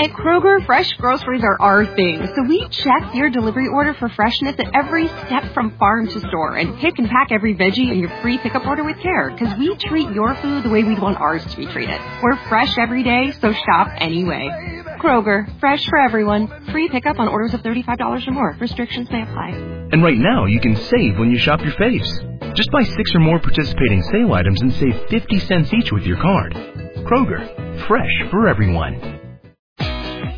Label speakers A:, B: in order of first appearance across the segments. A: At Kroger, fresh groceries are our thing, so we check your delivery order for freshness at every step from farm to store and pick and pack every veggie in your free pickup order with care because we treat your food the way we'd want ours to be treated. We're fresh every day, so shop anyway. Kroger, fresh for everyone. Free pickup on orders of $35 or more. Restrictions may apply.
B: And right now, you can save when you shop your faves. Just buy six or more participating sale items and save 50 cents each with your card. Kroger, fresh for everyone.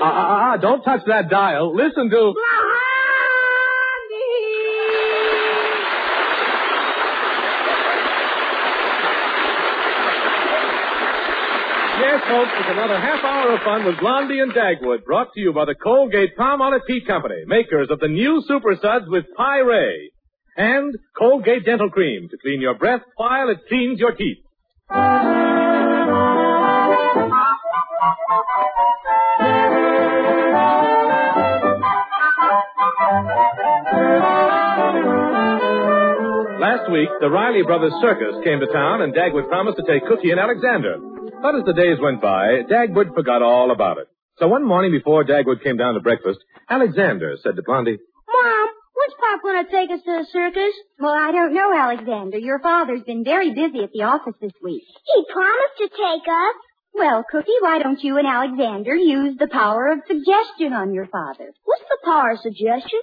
C: Ah, ah, ah, don't touch that dial. Listen to. Yes, folks, it's another half hour of fun with Blondie and Dagwood, brought to you by the Colgate Palmolive Tea Company, makers of the new Super Suds with Pyray. And Colgate Dental Cream to clean your breath while it cleans your teeth. Last week, the Riley Brothers Circus came to town, and Dagwood promised to take Cookie and Alexander. But as the days went by, Dagwood forgot all about it. So one morning before Dagwood came down to breakfast, Alexander said to Blondie,
D: Mom, when's Pop going to take us to the circus?
E: Well, I don't know, Alexander. Your father's been very busy at the office this week.
D: He promised to take us.
E: Well, Cookie, why don't you and Alexander use the power of suggestion on your father?
D: What's the power of suggestion?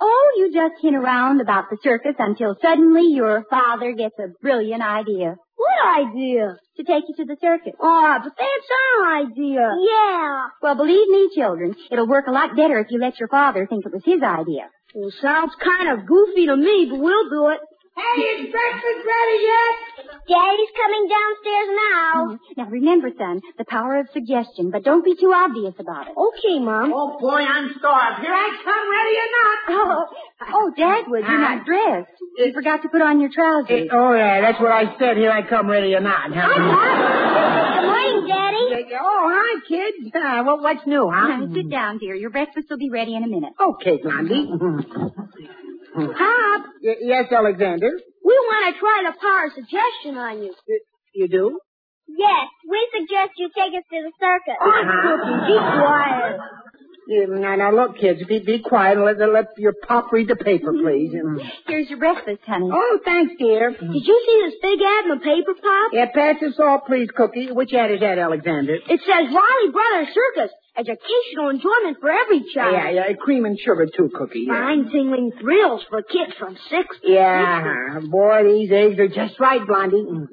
E: Oh, you just hint around about the circus until suddenly your father gets a brilliant idea
D: What idea?
E: to take you to the circus.
D: Ah, but that's our idea. Yeah.
E: Well, believe me, children, it'll work a lot better if you let your father think it was his idea.
D: Well, sounds kind of goofy to me, but we'll do it.
F: Hey, is breakfast ready yet?
D: Daddy's coming downstairs now.
E: Now remember, son, the power of suggestion, but don't be too obvious about it.
D: Okay, Mom.
F: Oh boy, I'm starved. Here I come, ready or not.
E: Oh, oh, Dagwood, you're not dressed. You forgot to put on your trousers.
F: oh yeah, that's what I said. Here I come, ready or not.
D: Good morning, Daddy.
F: Oh, hi, kids. Uh, well, what's new,
E: Now,
F: huh?
E: sit down, dear. Your breakfast will be ready in a minute.
F: Okay, Blondie. Pop. Y- yes, Alexander.
D: We want to try the power of suggestion on you.
F: You do?
D: Yes, we suggest you take us to the circus.
F: Be quiet. Mm, now, now, look, kids, be, be quiet and let, let your pop read the paper, please. Mm.
E: Here's your breakfast, honey.
F: Oh, thanks, dear.
D: Did you see this big ad in the paper, Pop?
F: Yeah, pass us all, please, Cookie. Which ad is that, Alexander?
D: It says Riley Brothers Circus, educational enjoyment for every
F: Yeah,
D: child.
F: yeah, yeah, cream and sugar too, Cookie. Yeah.
D: Mind-tingling thrills for kids from six to
F: Yeah, boy, these eggs are just right, Blondie.
D: 150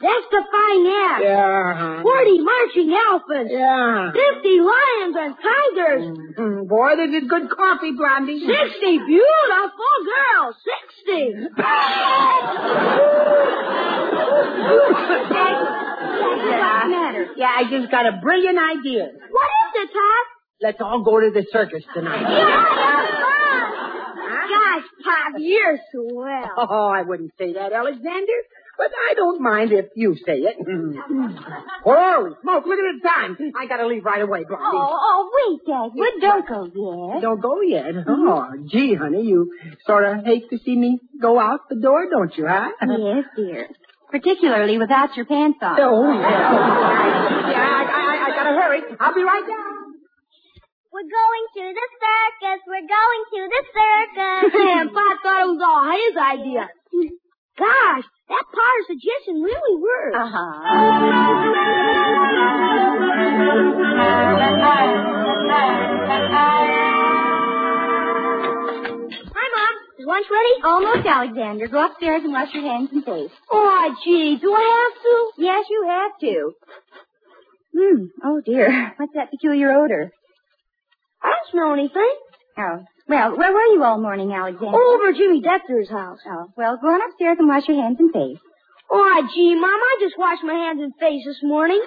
D: testifying acts,
F: Yeah. uh-huh.
D: 40 marching elephants,
F: Yeah.
D: 50 lions and tigers,
F: Mm, Boy, they did good coffee, Blondie.
D: 60 beautiful girls, 60.
E: What's the matter?
F: Yeah, I just got a brilliant idea.
D: What is it, Pop?
F: Let's all go to the circus tonight.
D: Gosh, Pop, you're swell.
F: Oh, I wouldn't say that, Alexander. But I don't mind if you say it. Holy smoke, look at the time. I gotta leave right away, Blondie.
E: Oh, oh, wait, Dagwood, don't go yet.
F: Don't go yet. Oh, gee, honey, you sort of hate to see me go out the door, don't you, huh?
E: Yes, dear. Particularly without your pants on.
F: Oh, yeah. yeah, I, I, I gotta hurry. I'll be right down.
D: We're going to the circus. We're going to the circus. Man, Pop thought it was all his idea. Gosh, that Potter's suggestion really worked.
E: Uh-huh.
D: Hi, Mom. Is lunch ready?
E: Almost, Alexander. Go upstairs and wash your hands and face.
D: Oh, gee, do I have to?
E: Yes, you have to. Hmm. Oh, dear. What's that peculiar odor?
D: I don't smell anything. Oh,
E: Oh. Well, where were you all morning, Alexander?
D: Over Jimmy Dector's house.
E: Oh, well, go on upstairs and wash your hands and face.
D: Oh, gee, Mom, I just washed my hands and face this morning.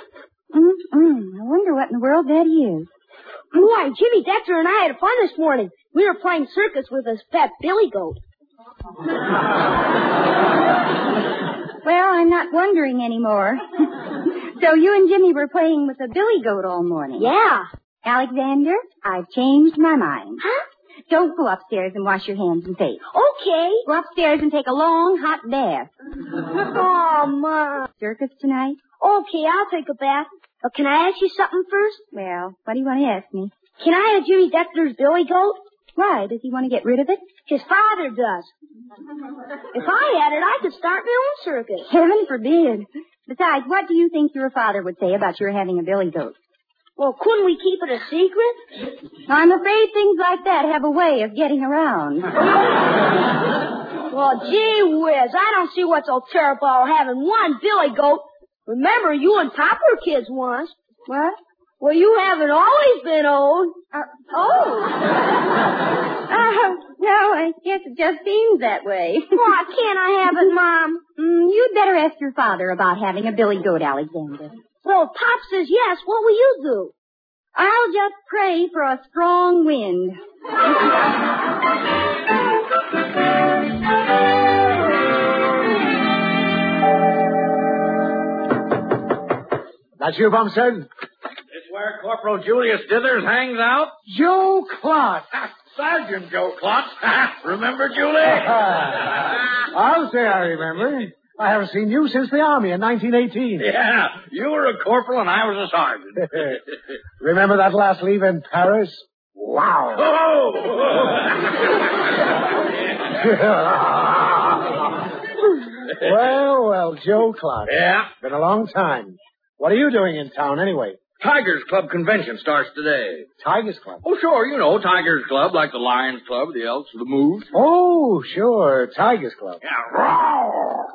E: Mm-mm. I wonder what in the world that is.
D: Boy, Jimmy Dexter and I had fun this morning. We were playing circus with this fat billy goat.
E: Well, I'm not wondering anymore. so you and Jimmy were playing with a billy goat all morning.
D: Yeah.
E: Alexander, I've changed my mind.
D: Huh?
E: Don't go upstairs and wash your hands and face.
D: Okay.
E: Go upstairs and take a long hot bath.
D: Oh, Ma.
E: Circus tonight?
D: Okay, I'll take a bath. But can I ask you something first?
E: Well, what do you want to ask me?
D: Can I have Jimmy Dexter's billy goat?
E: Why? Does he want to get rid of it?
D: His father does. If I had it, I could start my own circus.
E: Heaven forbid. Besides, what do you think your father would say about your having a billy goat?
D: Well, couldn't we keep it a secret?
E: I'm afraid things like that have a way of getting around.
D: Well, gee whiz, I don't see what's so terrible about having one billy goat. Remember, you and Pop were kids once.
E: What? Uh,
D: Well, you haven't always been old.
E: Oh. oh, no, I guess it just seems that way.
D: Why can't I have it, Mom?
E: Mm, you'd better ask your father about having a billy goat, Alexander.
D: Well, if Pop says yes, what will you do?
E: I'll just pray for a strong wind.
G: That's you, Bumstead?
H: It's where Corporal Julius Dithers hangs out.
G: Joe Clark.
H: Sergeant Joe Klotz. Remember, Julie?
G: I'll say I remember. I haven't seen you since the Army in 1918.
H: yeah, you were a corporal and I was a sergeant.
G: Remember that last leave in Paris? Wow.
H: oh!
G: well, well, Joe Clark.
H: yeah.
G: Been a long time. What are you doing in town anyway?
H: Tigers Club convention starts today.
G: Tigers Club.
H: Oh, sure, you know, Tigers Club, like the Lions Club, the Elks, the Moose.
G: Oh, sure, Tigers Club.
H: Yeah, roar!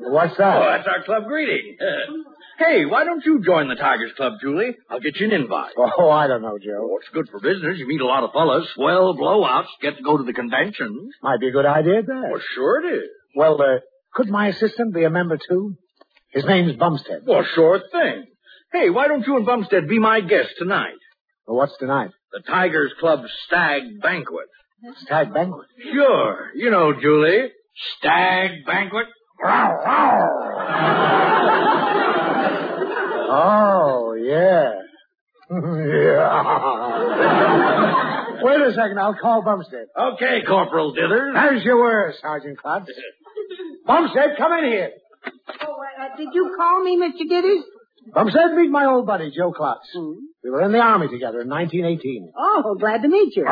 G: What's
H: Oh,
G: that?
H: that's our club greeting. hey, why don't you join the Tigers Club, Julie? I'll get you an invite.
G: Oh, I don't know, Joe.
H: Oh, it's good for business. You meet a lot of fellas, swell blowouts, get to go to the convention.
G: Might be a good idea there.
H: Well, sure it is.
G: Well, uh, could my assistant be a member too? His name's Bumstead.
H: Well, sure thing. Hey, why don't you and Bumstead be my guest tonight?
G: Well, what's tonight?
H: The Tigers Club Stag Banquet.
G: Stag banquet.
H: Sure. You know, Julie. Stag Banquet?
G: Oh, yeah. yeah. Wait a second, I'll call Bumstead.
H: Okay, Corporal Dithers.
G: As you were, Sergeant Klotz. Bumstead, come in here.
F: Oh, uh, did you call me, Mr. Dithers?
G: Bumstead, meet my old buddy, Joe Klotz.
H: Hmm?
G: We were in the Army together in 1918.
F: Oh, glad to meet you.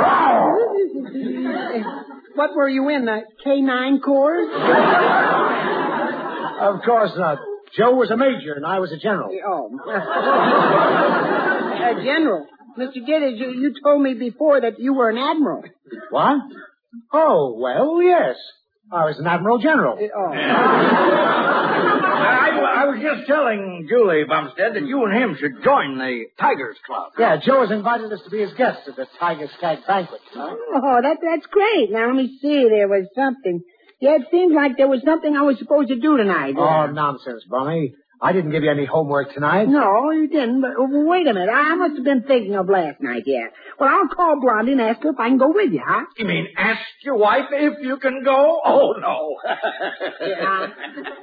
F: what were you in, the K-9 Corps?
G: Of course not. Joe was a major and I was a general.
F: Oh. Uh, General, Mr. Dithers, you, you told me before that you were an admiral.
G: What? Oh, well, yes. I was an admiral general.
F: Oh.
H: I, I was just telling Julie, Bumstead, that you and him should join the Tigers Club.
G: Yeah, Joe has invited us to be his guests at the Tiger Stag banquet.
F: Oh, that, that's great. Now, let me see. There was something. Yeah, it seems like there was something I was supposed to do tonight.
G: Oh, nonsense, Bummy. I didn't give you any homework tonight.
F: No, you didn't. But oh, wait a minute. I must have been thinking of last night, yeah. Well, I'll call Blondie and ask her if I can go with you, huh?
H: You mean ask your wife if you can go? Oh, no.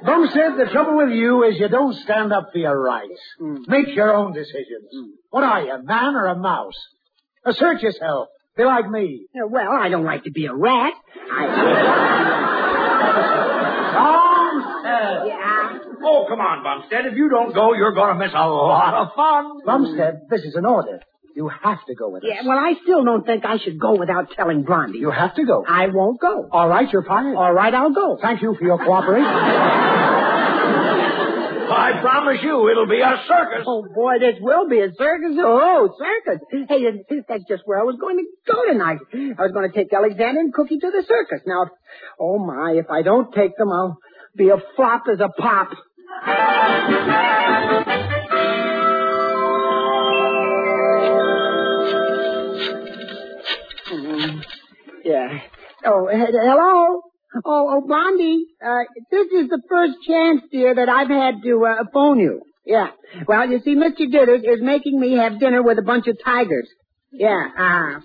G: Bum said the trouble with you is you don't stand up for your rights.
F: Mm.
G: Make your own decisions. What are you, a man or a mouse? Assert yourself. Be like me.
F: Yeah, Uh, Well, I don't like to be a rat. I...
G: Bumstead!
F: Yeah.
H: oh, come on, Bumstead. If you don't go, you're going to miss a lot of fun.
G: Bumstead, this is an order. You have to go with us.
F: Yeah, well, I still don't think I should go without telling Blondie.
G: you have to go.
F: I won't go.
G: All right, you're fired.
F: All right, I'll go.
G: Thank you for your cooperation.
H: I promise you, it'll be a circus.
F: Oh, boy, this will be a circus. Oh, circus. Hey, that- that's just where I was going to go tonight. I was going to take Alexander and Cookie to the circus. Now, oh, my, if I don't take them, I'll be a flop as a pop. Mm, Yeah. Oh, he- hello? Oh, oh, Blondie, uh, this is the first chance, dear, that I've had to uh, phone you. Yeah. Well, you see, Mr. Ditters is making me have dinner with a bunch of tigers. Yeah. Uh,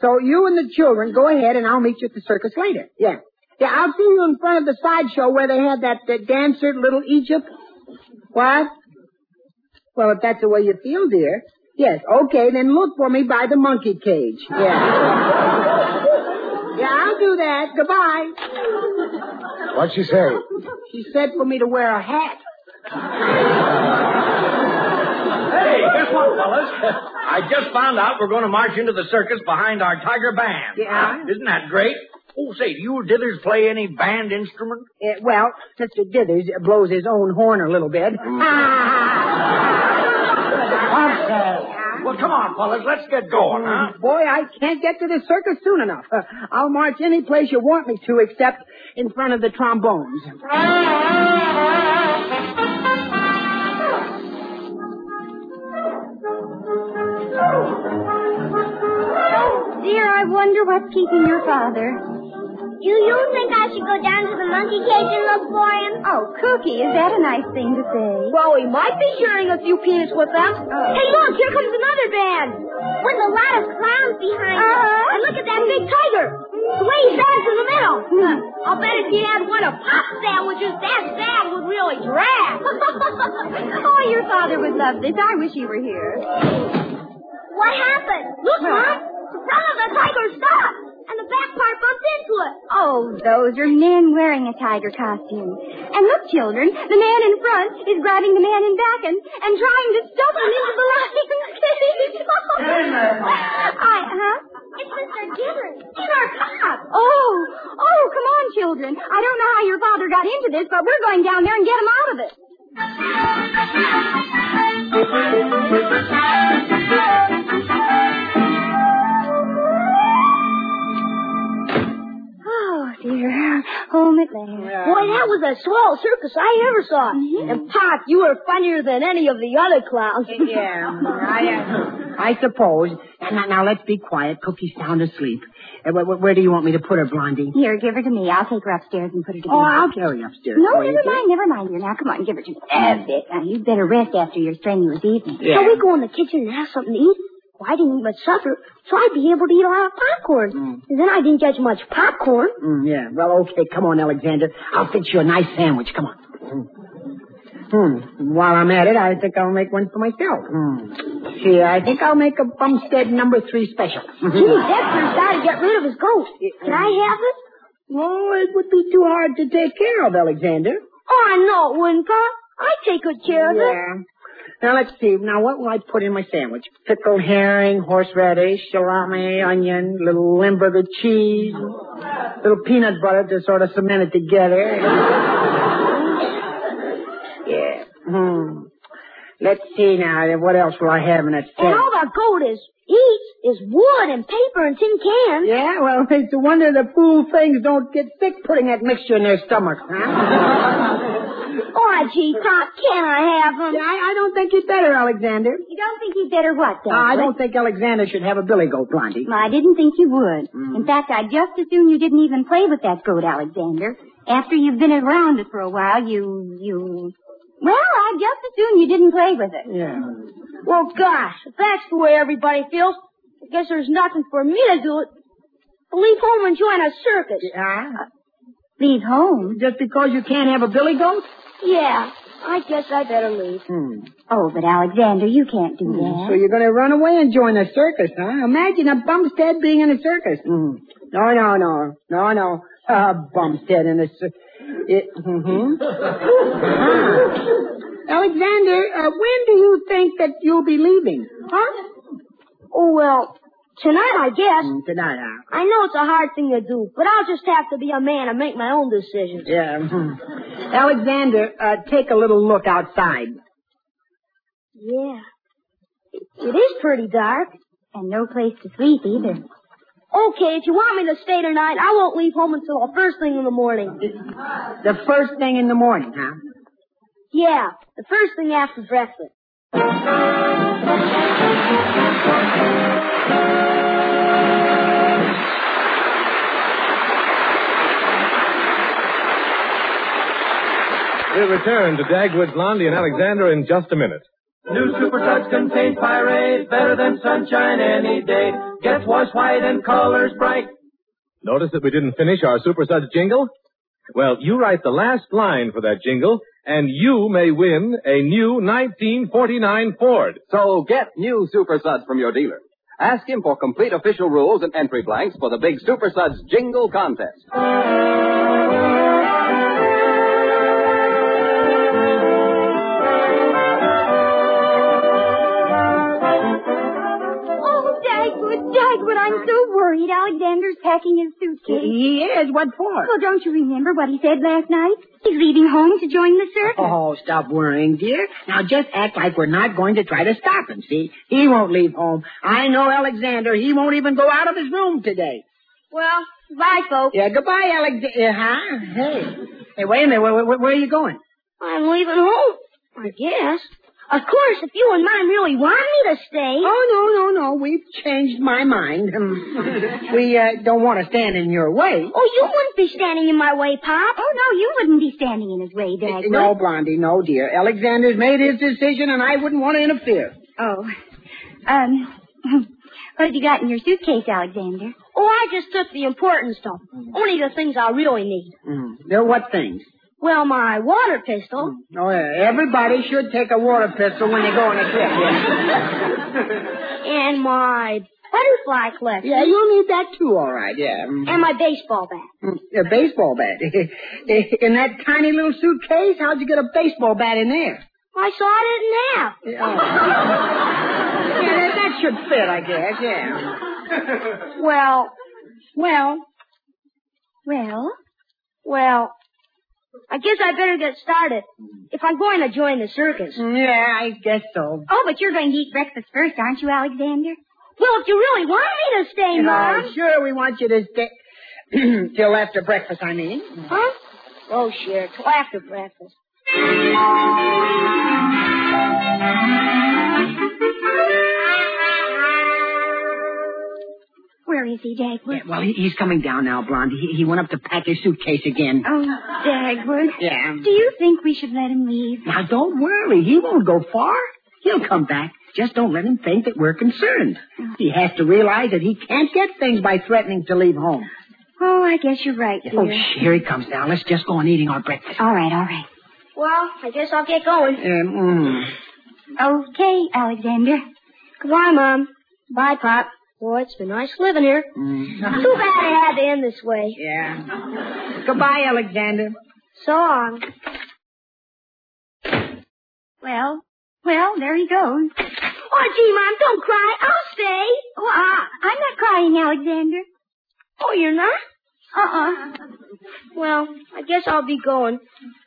F: so you and the children go ahead, and I'll meet you at the circus later. Yeah. Yeah, I'll see you in front of the sideshow where they had that, that dancer, Little Egypt. What? Well, if that's the way you feel, dear. Yes, okay, then look for me by the monkey cage. Yeah. yeah, I'll do that. Goodbye.
G: What'd she say?
F: She said for me to wear a hat.
H: Hey, guess what, fellas? I just found out we're going to march into the circus behind our tiger band.
F: Yeah?
H: Isn't that great? Oh, say, do you dithers play any band instrument?
F: Eh, well, Mr. Dithers blows his own horn a little bit. Ah.
H: Well, come on, fellas, let's get going, huh?
F: Boy, I can't get to the circus soon enough. Uh, I'll march any place you want me to except in front of the trombones.
E: Oh, Dear, I wonder what's keeping your father.
D: Do you think I should go down to the monkey cage and look for him?
E: Oh, Cookie, is that a nice thing to say?
D: Well, he might be sharing a few peanuts with them. hey, look, here comes another band. Oh. With a lot of clowns behind them.
E: Uh-huh.
D: And look at that big tiger. The way he stands in the middle.
E: Hmm.
D: I'll bet if he had one of pop sandwiches, that band would really drag.
E: oh, your father would love this. I wish he were here.
D: what happened? Look, Mom. The front of the tiger stopped. And the back part bumped into it.
E: Oh, those are men wearing a tiger costume. And look, children, the man in front is grabbing the man in back and, and trying to stuff him into the lion's cage. I, huh?
D: It's Mr. Gibbons.
E: In our cop. Oh, oh, come on, children. I don't know how your father got into this, but we're going down there and get him out of it. Oh, dear. Home at last.
D: Boy, that was a swell circus I ever saw. And Pop, you were funnier than any of the other clowns.
F: Yeah, I, uh, I suppose. Now, now, let's be quiet. Cookie's sound asleep. Uh, where, where- where do you want me to put her, Blondie?
E: Here, give her to me. I'll take her upstairs and put her to
F: Oh,
E: bed.
F: I'll carry her upstairs.
E: No,
F: for you,
E: never
F: dear.
E: mind, never mind. Dear. Now, come on, give her to me. That's it. Now, you'd better rest after your strenuous evening.
H: Yeah.
D: Shall we go in the kitchen and have something to eat? Well, I didn't eat much supper, so I'd be able to eat a lot of popcorn. And then I didn't get much popcorn.
F: Mm, yeah. Well, okay. Come on, Alexander. I'll fix you a nice sandwich. Come on. Hmm. While I'm at it, I think I'll make one for myself. Hmm. See, I think I'll make a Bumstead number three special.
D: Jimmy Dexter's got to get rid of his goat. Can I have it?
F: oh, it would be too hard to take care of, Alexander.
D: Oh, no, it wouldn't, Pop. I'd take good care of it.
F: Now let's see. Now what will I put in my sandwich? Pickled herring, horseradish, salami, onion, little Limburger cheese, little peanut butter to sort of cement it together. yeah. Hmm. Let's see now. What else will I have in that
D: And all
F: sandwich?
D: the goat is eats is wood and paper and tin cans.
F: Yeah, well, it's a wonder the fool things don't get sick putting that mixture in their stomachs, huh?
D: Oh, gee, Pop, can I have
F: I,
D: them?
F: I don't think you'd better, Alexander.
E: You don't think you'd better what, though?
F: I don't think Alexander should have a billy goat, Blondie.
E: I didn't think you would.
D: Mm.
E: In fact, I just assumed you didn't even play with that goat, Alexander. After you've been around it for a while, you, you... Well, I just assumed you didn't play with it.
F: Yeah.
D: Well, gosh, if that's the way everybody feels, I guess there's nothing for me to do. But leave home and join a circus.
F: Yeah?
E: Leave home.
F: Just because you can't have a billy goat?
D: Yeah, I guess I better leave.
F: Hmm.
E: Oh, but Alexander, Mm, you can't do
F: So
E: that.
F: you're going to run away and join a circus, huh? Imagine a bumstead being in a circus. Hmm. No, no, no. No, no. A bumstead in a circus. hmm Alexander, uh, when do you think that you'll be leaving?
D: Huh? Oh, well, tonight I guess.
E: Mm.
F: Hmm, Tonight, huh?
D: I know it's a hard thing to do, but I'll just have to be a man and make my own decisions.
F: Yeah. hmm. Alexander, uh, take a little look outside.
D: Yeah. It is pretty dark.
E: And no place to sleep either.
D: Okay, if you want me to stay tonight, I won't leave home until the first thing in the morning.
F: The first thing in the morning, huh?
D: Yeah, the first thing after breakfast.
C: We'll return to Dagwood, Blondie, and Alexander in just a minute.
I: New Super Suds contain pyrade, better than sunshine any day. Gets washed white and colors bright.
C: Notice that we didn't finish our Super Suds jingle? Well, you write the last line for that jingle, and you may win a new 1949 Ford.
J: So get new Super Suds from your dealer. Ask him for complete official rules and entry blanks for the big Super Suds Jingle Contest.
E: Oh, Dagwood, Dagwood, I'm so worried. Alexander's packing his suitcase.
F: He is. What for?
E: Well, don't you remember what he said last night? He's leaving home to join the circus.
F: Oh, stop worrying, dear. Now just act like we're not going to try to stop him, see? He won't leave home. I know Alexander. He won't even go out of his room today.
D: Well, bye, folks.
F: Yeah, goodbye, Alexander. huh? Hey. Hey, wait a minute. Where, where, where are you going?
D: I'm leaving home, I guess. Of course, if you and Mom really want me to stay.
F: Oh, no, no, no. We've changed my mind. Um, we uh, don't want to stand in your way.
D: Oh, you wouldn't be standing in my way, Pop.
E: Oh, no, you wouldn't be standing in his way, Dagwood.
F: No, Blondie, no, dear. Alexander's made his decision, and I wouldn't want to interfere.
E: Oh. Um, what have you got in your suitcase, Alexander?
D: Oh, I just took the important stuff. Only the things I really need.
F: Mm. Now, what things?
D: Well, my water pistol.
F: Oh, yeah, everybody should take a water pistol when they go on a trip.
E: Mm.
D: And my butterfly collection.
F: yeah, you'll need that too, all right, yeah. Mm.
D: And my baseball bat.
F: Mm, A baseball bat. in that tiny little suitcase? How'd you get a baseball bat in there?
D: I saw it in half.
F: Yeah, that, that should fit, I guess, yeah.
D: Well, well,
E: Well,
D: well. I guess I better get started if I'm going to join the circus.
F: Mm, Yeah, I guess so.
E: oh, but you're going to eat breakfast first, aren't you, Alexander?
D: Well, if you really want me to stay,
F: Oh,
D: Mom.
F: sure, we want you to stay till after breakfast, I mean.
D: Huh? Oh, sure. Till after breakfast.
E: Where is he, Dagwood?
F: Yeah, well, he, he's coming down now, Blondie. He, he went up to pack his suitcase again.
E: Oh, Dagwood.
F: Yeah.
E: Do you think we should let him leave?
F: Now, don't worry. He won't go far. He'll come back. Just don't let him think that we're concerned. He has to realize that he can't get things by threatening to leave home.
E: Oh, I guess you're right, dear.
F: Oh, sh- here he comes now. Let's just go on eating our breakfast.
E: all right, all right.
D: Well, I guess I'll get going.
F: Um, mm.
E: Okay, Alexander.
D: Goodbye, Mom. Bye, Pop. Boy, it's been nice living here.
E: Mm.
D: Too bad I had to end this way.
F: mm. Yeah. Goodbye, Alexander.
D: So long.
E: Well, well, there he goes.
D: Oh, gee, Mom, don't cry. I'll stay.
E: Oh, I, I'm not crying, Alexander.
D: Oh, you're not?
E: Uh-uh.
D: Well, I guess I'll be going.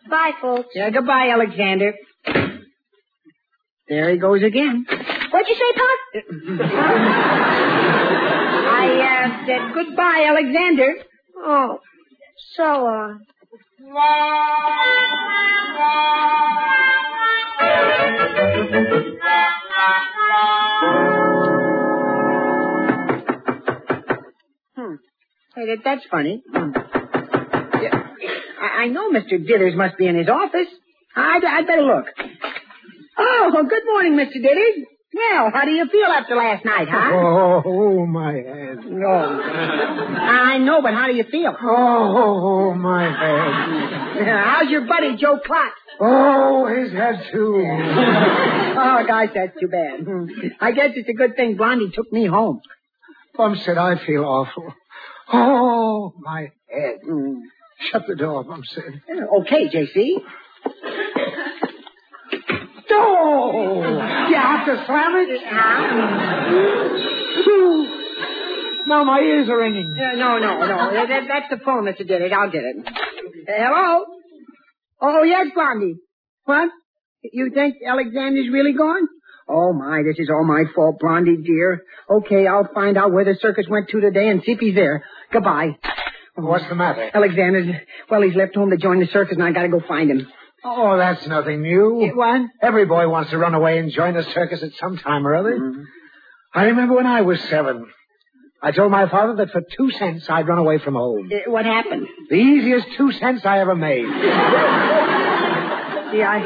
D: Bye, folks.
F: Yeah, goodbye, Alexander. There he goes again.
D: What'd you say, Pop?
F: I uh, said goodbye, Alexander.
D: Oh, so
E: uh,
D: long.
F: Hey, that, that's funny. Hmm. Yeah, I, I know Mr. Dithers must be in his office. I'd, I'd better look. Oh, well, good morning, Mr. Dithers. Well, how do you feel after last night, huh?
G: Oh, oh, my head.
F: No. I know, but how do you feel?
G: Oh, oh, oh, my head.
F: How's your buddy, Joe Klotz?
G: Oh, his head too.
F: oh, gosh, that's too bad. Hmm. I guess it's a good thing Blondie took me home.
G: Bumstead, I feel awful. Oh, my head. Shut the door, Bumstead.
F: Okay, J.C.
G: Oh, you have to slam it? now my ears are ringing.
F: Uh, no, no, no. That, that- that's the phone, Mr. Diddy. I'll get it. Uh, hello? Oh, yes, Blondie. What? You think Alexander's really gone? Oh, my, this is all my fault, Blondie, dear. Okay, I'll find out where the circus went to today and see if he's there. Goodbye.
G: What's the matter?
F: Alexander's, well, he's left home to join the circus, and I gotta go find him.
G: Oh, that's nothing new.
F: What?
G: Every boy wants to run away and join a circus at some time or other.
H: Mm-hmm.
G: I remember when I was seven. I told my father that for two cents I'd run
F: Eh,
G: away from home.
F: What happened?
G: The easiest two cents I ever made.
K: Gee, I, I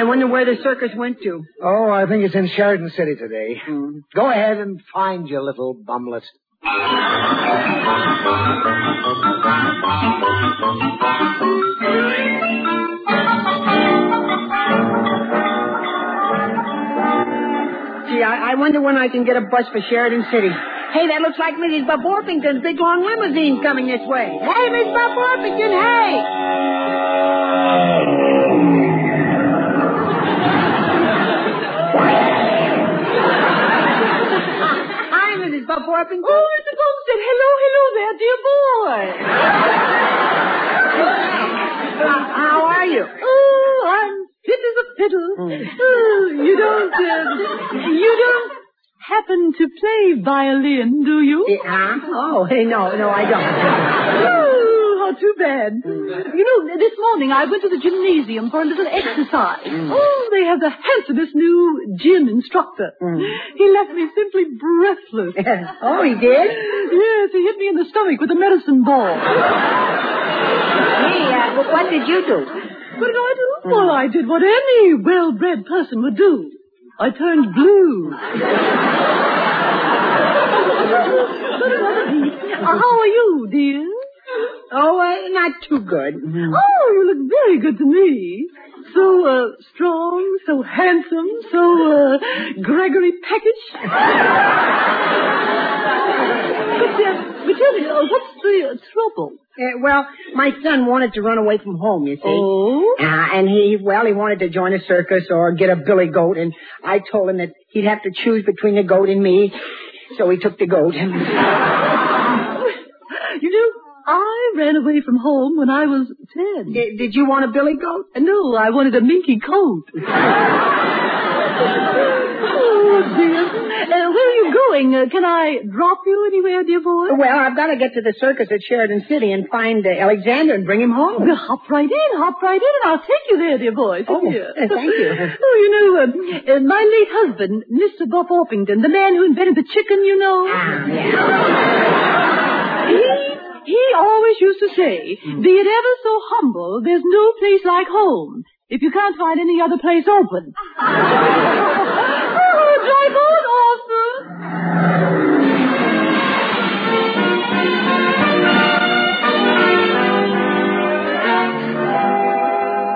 K: I wonder where the circus went to. Hmm.
G: Oh, I think it's in Sheridan City today. Go ahead and find your little bumlet.
K: Gee, I, I wonder when I can get a bus for Sheridan City. Hey, that looks like Mrs. Bob Orpington's big long limousine coming this way. Hey, Miss Bob Orpington, hey! Hi, Mrs. Bob Orpington. Oh, Mr. Olmsted, hello, hello there, dear boy. how are you? Mm.
L: Oh, I'm fit as a fiddle. Oh, you don't, uh, you don't happen to play violin, do you?
K: Uh, oh, hey, no, no, I don't.
L: Oh, how too bad. You know, this morning I went to the gymnasium for a little exercise. Oh, they have the handsomest new gym instructor. He left me simply breathless.
K: Oh, he did?
L: Yes, he hit me in the stomach with a medicine ball.
K: Hey, uh, wh- what did you do?
L: What did I do? Well, I did what any well-bred person would do. I turned blue. uh, How are you, dear?
K: Oh, uh, not too good.
L: Oh, you look very good to me. So uh, strong, so handsome, so uh, Gregory Peckish. but, uh, but tell me, uh, what's the uh, trouble?
K: Uh, well, my son wanted to run away from home, you see.
L: Oh?
K: Uh, and he, well, he wanted to join a circus or get a billy goat, and I told him that he'd have to choose between the goat and me, so he took the goat.
L: You know, I ran away from home when I was ten.
K: did you want a billy goat?
L: No, I wanted a minky coat. oh, dear. Uh, where are you going? Uh, can I drop you anywhere, dear boy?
K: well, I've got to get to the circus at Sheridan City and find uh, Alexander and bring him home.
L: Well, hop right in, hop right in, and I'll take you there, dear boy.
K: Oh,
L: Come here.
K: uh, thank you.
L: Oh, you know, uh, uh, my late husband, Mr. Buff Orpington, the man who invented the chicken, you know.
K: Ah,
L: he, he always used to say,
K: Mm.
L: be it ever so humble, there's no place like home. If you can't find any other place open. oh, drive on, Arthur.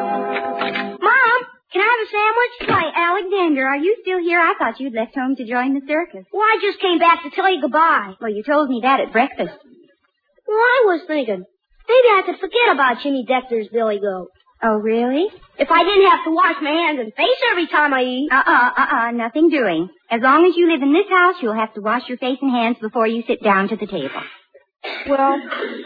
E: Mom, can I have a sandwich? Why, Alexander, are you still here? I thought you'd left home to join the circus. Well, I just came back to tell you goodbye. Well, you told me that at breakfast. Well, I was thinking, maybe I could forget about Jimmy Decker's Billy Goat. Oh, really? If I didn't have to wash my hands and face every time I eat.
D: Uh-uh, uh-uh, nothing doing. As long as you live in this house, you'll have to wash your face and hands before you sit down to the table.
E: Well,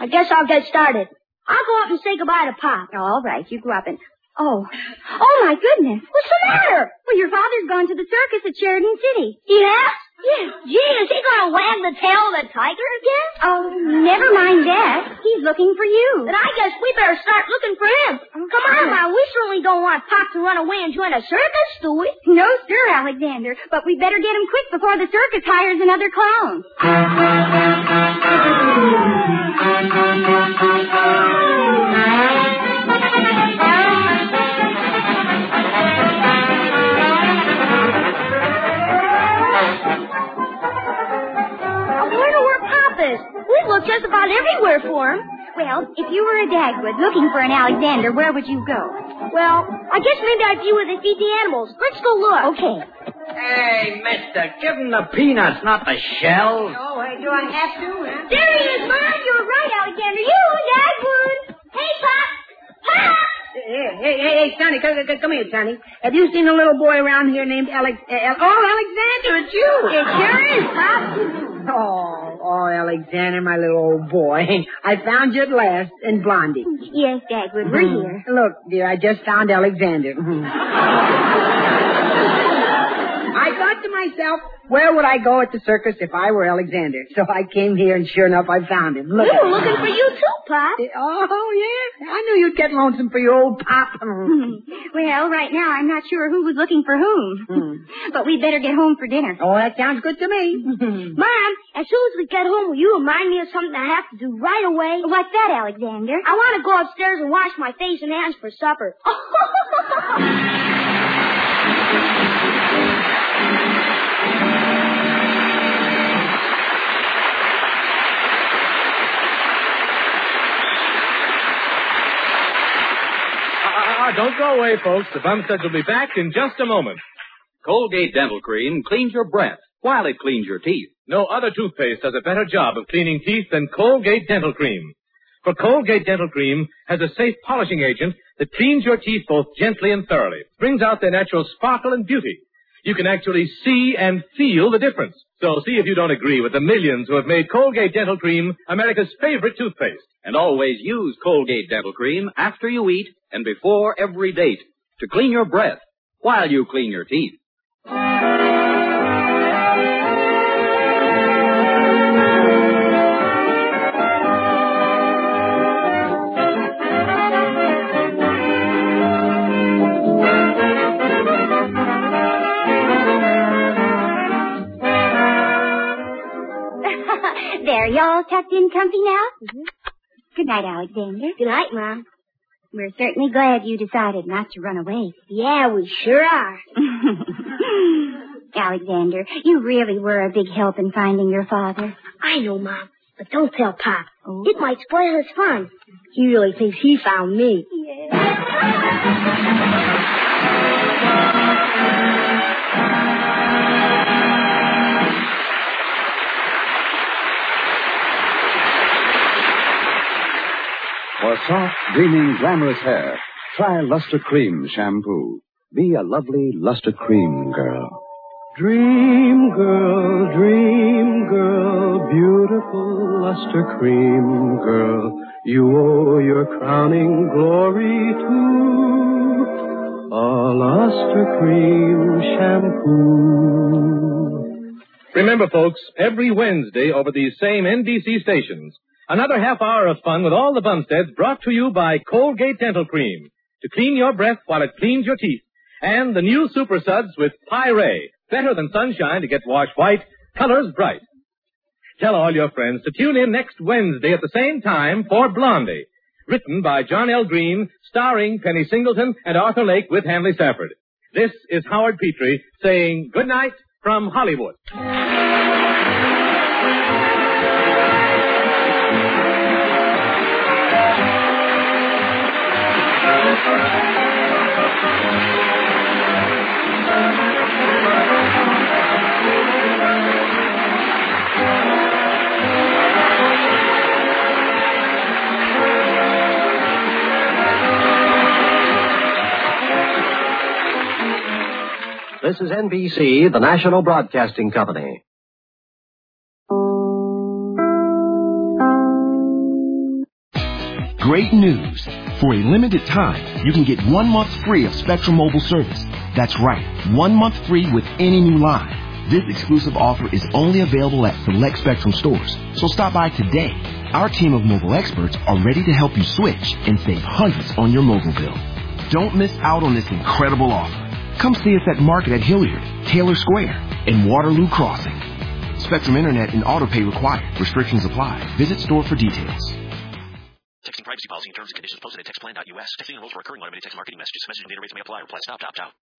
D: I guess I'll get started. I'll go up and say goodbye to Pop.
E: All right, you go up and. Oh, oh my goodness! What's the matter? Well, your father's gone to the circus at Sheridan City.
D: He has?
E: Yes.
D: Gee, is he gonna wag the tail of the tiger again?
E: Oh, never mind that. He's looking for you. Oh,
D: Then I guess we better start looking for him. Come on, Ma, we certainly don't want Pop to run away and join a circus, do we?
E: No, sir, Alexander. But we better get him quick before the circus hires another clown.
D: I wonder where Pop is. We've looked just about everywhere for him.
E: Well, if you were a Dagwood looking for an Alexander, where would you go?
D: Well, I guess maybe I'd be where they feed the animals. Let's go look.
E: Okay.
H: Hey, mister, give him the peanuts, not the shells.
K: Oh, hey, do I have to? Huh?
D: There he is, Mom. You're right, Alexander. You, Dagwood. Hey, Pop. Pop!
K: Hey, hey, hey, hey, Sonny, come, come- come here, Sonny. Have you seen a little boy around here named Alex? Uh, Al- oh, Alexander, it's you.
E: It sure is, Pop.
K: Oh, oh, Alexander, my little old boy. I found you at last in Blondie.
E: Yes,
D: Mm-hmm.
E: Dagwood,
D: Hmm.
E: we're here.
K: Look, dear, I just found Alexander. Mm-hmm. I thought to myself, where would I go at the circus if I were Alexander? So I came here, and sure enough, I found him. Look.
D: We were looking for you too, Pop.
K: Oh, yeah. I knew you'd get lonesome for your old pop.
E: Hmm. Well, right now I'm not sure who was looking for whom.
D: Hmm.
E: But we better get home for dinner.
K: Oh, that sounds good to me.
D: Mom, as soon as we get home, will you remind me of something I have to do right away?
E: What's that, Alexander?
D: I want to go upstairs and wash my face and hands for supper.
C: Ah, don't go away, folks. The Bumsteads will be back in just a moment.
M: Colgate Dental Cream cleans your breath while it cleans your teeth.
C: No other toothpaste does a better job of cleaning teeth than Colgate Dental Cream. For Colgate Dental Cream has a safe polishing agent that cleans your teeth both gently and thoroughly, brings out their natural sparkle and beauty. You can actually see and feel the difference. So see if you don't agree with the millions who have made Colgate Dental Cream America's favorite toothpaste.
M: And always use Colgate Dental Cream after you eat and before every date to clean your breath while you clean your teeth.
E: there, you all tucked in comfy now?
D: Mm-hmm.
E: Good night, Alexander. Good night, Mom. We're certainly glad you decided not to run away. Yeah, we sure are. Alexander, you really were a big help in finding your father. Oh.
D: I know, Mom, but don't tell Pop. It might spoil his fun. He really thinks he found me.
N: For soft, gleaming, glamorous hair, try Luster Cream shampoo. Be a lovely Luster Cream girl.
O: Dream girl, dream girl, beautiful luster cream girl, you owe your crowning glory to a luster cream shampoo.
C: Remember, folks, every Wednesday over these same NBC stations, another half hour of fun with all the Bumsteads brought to you by Colgate Dental Cream to clean your breath while it cleans your teeth. And the new Super Suds with Pyray, better than sunshine to get washed white, colors bright. Tell all your friends to tune in next Wednesday at the same time for Blondie, written by John L. Green, starring Penny Singleton and Arthur Lake with Hanley Safford. This is Howard Petrie saying good night from Hollywood.
P: This is NBC, the national broadcasting company.
Q: Great news. For a limited time, you can get one month free of Spectrum Mobile service. That's right, one month free with any new line. This exclusive offer is only available at select Spectrum stores, so stop by today. Our team of mobile experts are ready to help you switch and save hundreds on your mobile bill. Don't miss out on this incredible offer. Come see us at Market at Hilliard, Taylor Square, and Waterloo Crossing. Spectrum Internet and autopay required. Restrictions apply. Visit store for details.
R: Texting privacy policy and terms and conditions posted at textplan.us. Texting enrolls for recurring automated text marketing messages. Message and data rates may apply. Reply stop, opt out.